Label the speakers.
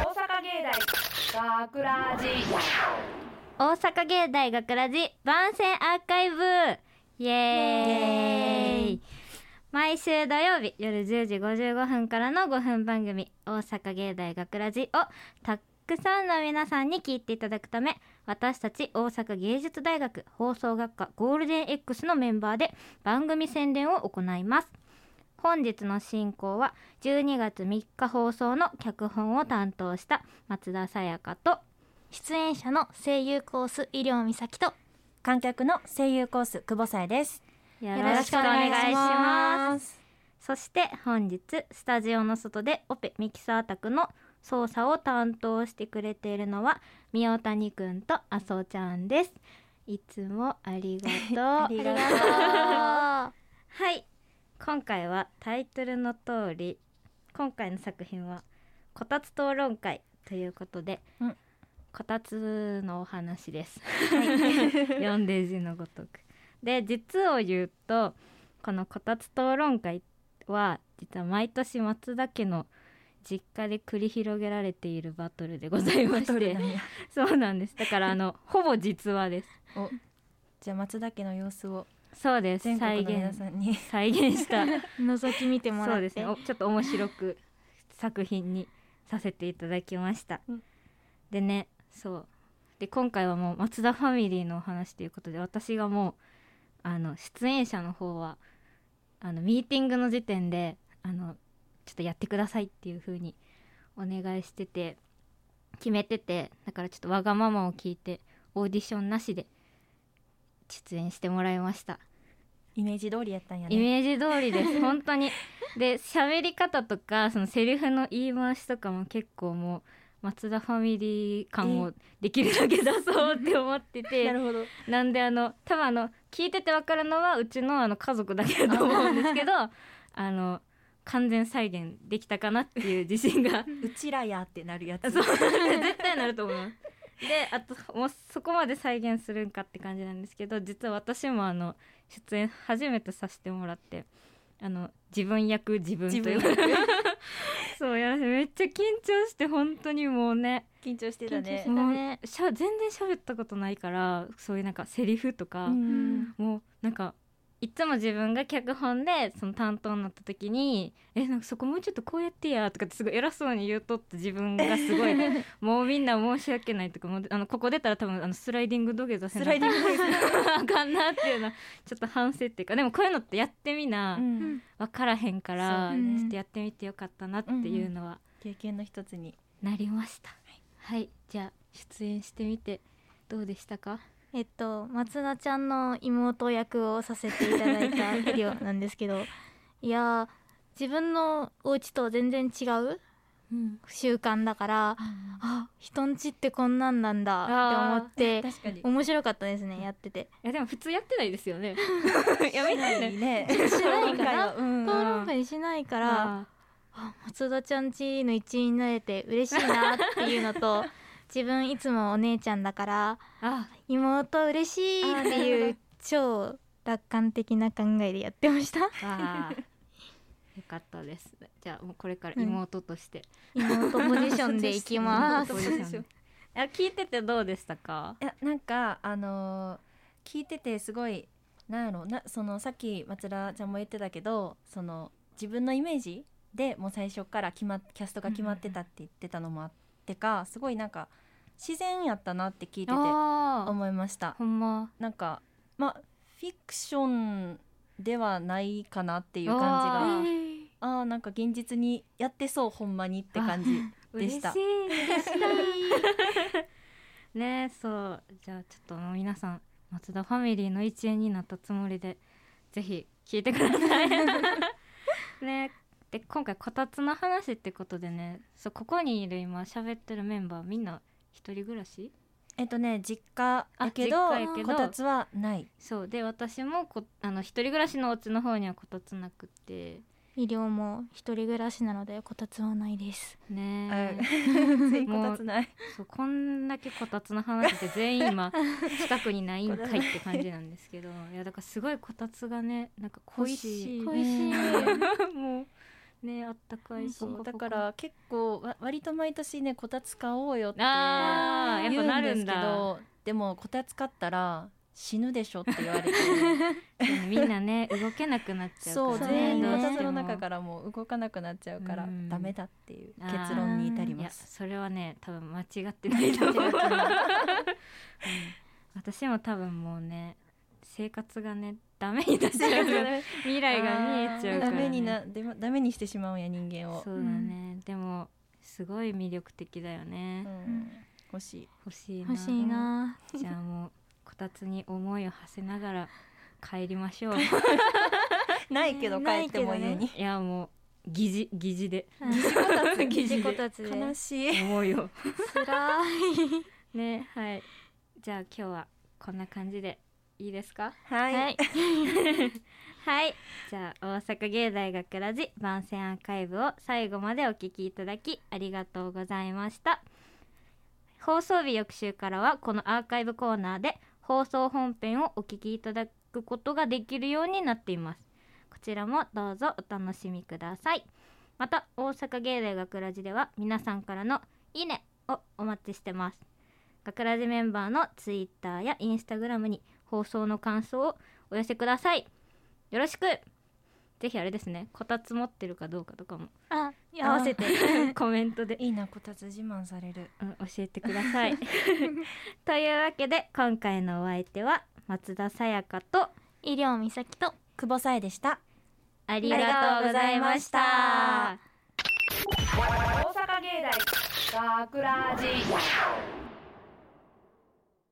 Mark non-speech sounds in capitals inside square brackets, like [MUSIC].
Speaker 1: 大学ラジ
Speaker 2: 大阪芸大学ラジ番宣アーカイブイエーイ毎週土曜日夜10時55分からの5分番組「大阪芸大学ラジをたくさんの皆さんに聞いていただくため私たち大阪芸術大学放送学科ゴールデン X のメンバーで番組宣伝を行います本日の進行は12月3日放送の脚本を担当した松田さやかと
Speaker 3: 出演者の声優コース医療美咲と観客の声優コース久保さえです
Speaker 2: よろしくお願いします
Speaker 3: す
Speaker 2: そして本日スタジオの外でオペミキサー宅の操作を担当してくれているのは宮谷くんと麻生ちゃんですいつも [LAUGHS] ありが
Speaker 3: あ
Speaker 2: とう
Speaker 3: りがとう
Speaker 2: はい今回はタイトルの通り今回の作品はこたつ討論会ということで、
Speaker 3: うん
Speaker 2: こたつのお話です、 [LAUGHS] 読んで字のごとくで実を言うとこのこたつ討論会は実は毎年松田家の実家で繰り広げられているバトルでございまし
Speaker 3: どれ
Speaker 2: て
Speaker 3: だね
Speaker 2: そうなんですだからあのほぼ実話です
Speaker 3: おじゃあ松田家の様子を
Speaker 2: そうです
Speaker 3: 全
Speaker 2: 再
Speaker 3: 国の皆
Speaker 2: 現
Speaker 3: さんに
Speaker 2: 再現した
Speaker 3: 覗き見ても
Speaker 2: そうですねおちょっと面白く作品にさせていただきました、
Speaker 3: うん
Speaker 2: でねそうで今回はもう松田ファミリーのお話ということで私がもうあの出演者の方はあのミーティングの時点であのちょっとやってくださいっていう風にお願いしてて決めててだからちょっとわがままを聞いてオーディションなしで出演してもらいました
Speaker 3: イメージ通りやったんやね
Speaker 2: イメージ通りです
Speaker 3: [LAUGHS]
Speaker 2: 本当にで喋り方とかそのセリフの言い回しとかも結構もう松田ファミリー感をできるだけ出そうって思って
Speaker 3: な
Speaker 2: て
Speaker 3: るほど
Speaker 2: なんであの多分あの聞いてて分かるのはうちのあの家族だけだと思うんです
Speaker 3: [LAUGHS]
Speaker 2: けどあの完全再現できたかなっていう自信が
Speaker 3: うちらやってなるやつ
Speaker 2: そう [LAUGHS] 絶対なると思います。であともうそこまで再現するんかって感じなんですけど実は私もあの出演初めてさせてもらってあの自分役自分と
Speaker 3: [LAUGHS] 自
Speaker 2: い
Speaker 3: 分
Speaker 2: う [LAUGHS] そうやらせめっちゃ緊張して本当にもうね
Speaker 3: 緊張してたね
Speaker 2: もうしゃ全然喋ったことないからそういうなんかセリフとか、
Speaker 3: うん
Speaker 2: もうなんかいつも自分が脚本でその担当になった時に「えなんかそこもうちょっとこうやってや」とかってすごい偉そうに言うとって自分がす
Speaker 3: [LAUGHS]
Speaker 2: ごいもうみんな申し訳ないとかもうあのここ出たら多分あのスライディング土下座せ
Speaker 3: ス
Speaker 2: な
Speaker 3: ライディングです
Speaker 2: [LAUGHS] あかんなっていうのはちょっと反省っていうかでもこういうのってやってみな
Speaker 3: うん
Speaker 2: 分からへんから、
Speaker 3: そうね
Speaker 2: ちょっとやってみてよかったなっていうのは
Speaker 3: 経験の一つに
Speaker 2: なりました、はい、じゃあ出演してみてどうでしたか
Speaker 4: えっと松田ちゃんの妹役をさせていただいた医療なんです
Speaker 3: [LAUGHS]
Speaker 4: けどいやー自分のお家と全然違う習慣だからあ人ん家ってこんなんなんだって思って
Speaker 3: 確かに
Speaker 4: 面白かったですねやってて
Speaker 2: いやでも普通やってないですよ
Speaker 3: [LAUGHS]
Speaker 2: ね [LAUGHS] やめたよね
Speaker 3: ね
Speaker 4: しないかな
Speaker 3: うん
Speaker 4: 討論会しないか
Speaker 2: から
Speaker 4: あ松田ちゃん家の一員になれて嬉しいなっていうのと
Speaker 3: [LAUGHS]
Speaker 4: 自分いつもお姉ちゃんだから
Speaker 2: あ
Speaker 4: 妹嬉しいっていう超楽観的な考えでやってました
Speaker 2: [LAUGHS] あよかったですじゃあもうこれから
Speaker 4: うん
Speaker 2: 妹として、
Speaker 4: 妹ポジションでいきます
Speaker 2: 妹。ポジションであ聞いててどうでしたか
Speaker 3: いやなんかあのー聞いててすごいなんやろなそのさっき松田ちゃんも言ってたけどその自分のイメージでもう最初から決まっキャストが決まってたって言ってたのもあってかすごいなんか自然やったなって聞いてて
Speaker 2: ああ
Speaker 3: 思いました
Speaker 2: ほんま
Speaker 3: なんかまあフィクションではないかなっていう感じがあーなんか現実にやってそうほんまにって感じでした
Speaker 2: 嬉しい嬉しいねえそうじゃあちょっともう皆さん松田ファミリーの一員になったつもりでぜひ聞いてくださいねで今回こたつの話ってことでねそうここにいる今喋ってるメンバーみんな一人暮らし
Speaker 3: えっとね実家
Speaker 2: あ
Speaker 3: やけど
Speaker 2: 実家やけど
Speaker 3: こたつはない
Speaker 2: そうで私もこあの一人暮らしのお家の方にはこたつなくて
Speaker 4: 医療も一人暮らしなのでこたつはないです。
Speaker 2: ねえ
Speaker 3: [LAUGHS] 全員こたつない
Speaker 2: そうこんだけこたつの話って全員今近くにないんかいって感じなんですけどいやだからすごいこたつがねなんか恋しい
Speaker 3: 恋しい
Speaker 4: 恋しい。
Speaker 2: もうねあったかいし
Speaker 3: そうだから結構わ割と毎年ねこたつ買おうよって
Speaker 2: あーやっ
Speaker 3: 言
Speaker 2: ぱ
Speaker 3: う
Speaker 2: なんるん
Speaker 3: ですけ
Speaker 2: だ
Speaker 3: どでもこたつ買ったら死ぬでしょって言われて
Speaker 2: みんなね動けなくなっちゃうから
Speaker 3: [LAUGHS] そう
Speaker 2: ね
Speaker 3: 全員
Speaker 2: ど
Speaker 3: こ
Speaker 2: うして
Speaker 3: た
Speaker 2: も
Speaker 3: つの中からもう動かなくなっちゃうから
Speaker 2: うん
Speaker 3: ダメだっていう
Speaker 2: あー
Speaker 3: 結論に至り
Speaker 2: いや
Speaker 3: ます。
Speaker 2: それはね多分間違ってないと思う、うん私も多分もうね生活がねダメになっちゃうから未来が見えちゃうから、
Speaker 3: ダ
Speaker 2: ね、
Speaker 3: メになでもダメにしてしまうんや人間を
Speaker 2: そうだね、でもすごい魅力的だよね、
Speaker 3: うん欲しい
Speaker 2: 欲しいな
Speaker 4: 欲しいな
Speaker 2: じゃあもうこたつに思いを馳せながら帰りましょう [LAUGHS]
Speaker 3: ないけど帰っても家に
Speaker 2: いやもう疑似疑似で
Speaker 4: 疑似こたつで
Speaker 3: 悲しい
Speaker 2: 思い
Speaker 4: [LAUGHS]
Speaker 2: を
Speaker 4: つらい
Speaker 2: ねはいじゃあ今日はこんな感じでいいですか
Speaker 3: はい [LAUGHS]
Speaker 4: い
Speaker 2: はいじゃあ大阪芸大学ラジ番宣アーカイブを最後までお聞きいただきありがとうございました放送日翌週からはこのアーカイブコーナーで放送本編をお聞きいただくことができるようになっていますこちらもどうぞお楽しみくださいまた大阪芸大学ラジでは皆さんからのいいねをお待ちしてます学ラジメンバーのツイッターやインスタグラムに放送の感想をお寄せくださいよろしくぜひあれですねこたつ持ってるかどうかとかも [LAUGHS]
Speaker 4: あ
Speaker 3: 合
Speaker 4: 合
Speaker 3: わ
Speaker 4: わ
Speaker 3: せ
Speaker 4: せ
Speaker 3: て
Speaker 4: て
Speaker 2: コメントで
Speaker 3: [LAUGHS] いいなこたつ自慢される
Speaker 2: うん教えてくださ [LAUGHS] いというわけで今回のお相手は松田さやかと
Speaker 4: 医療美咲と
Speaker 3: 久保さえでした
Speaker 2: ありがとうございまし
Speaker 3: ありがとうございましたた
Speaker 1: 大阪芸大学ラジ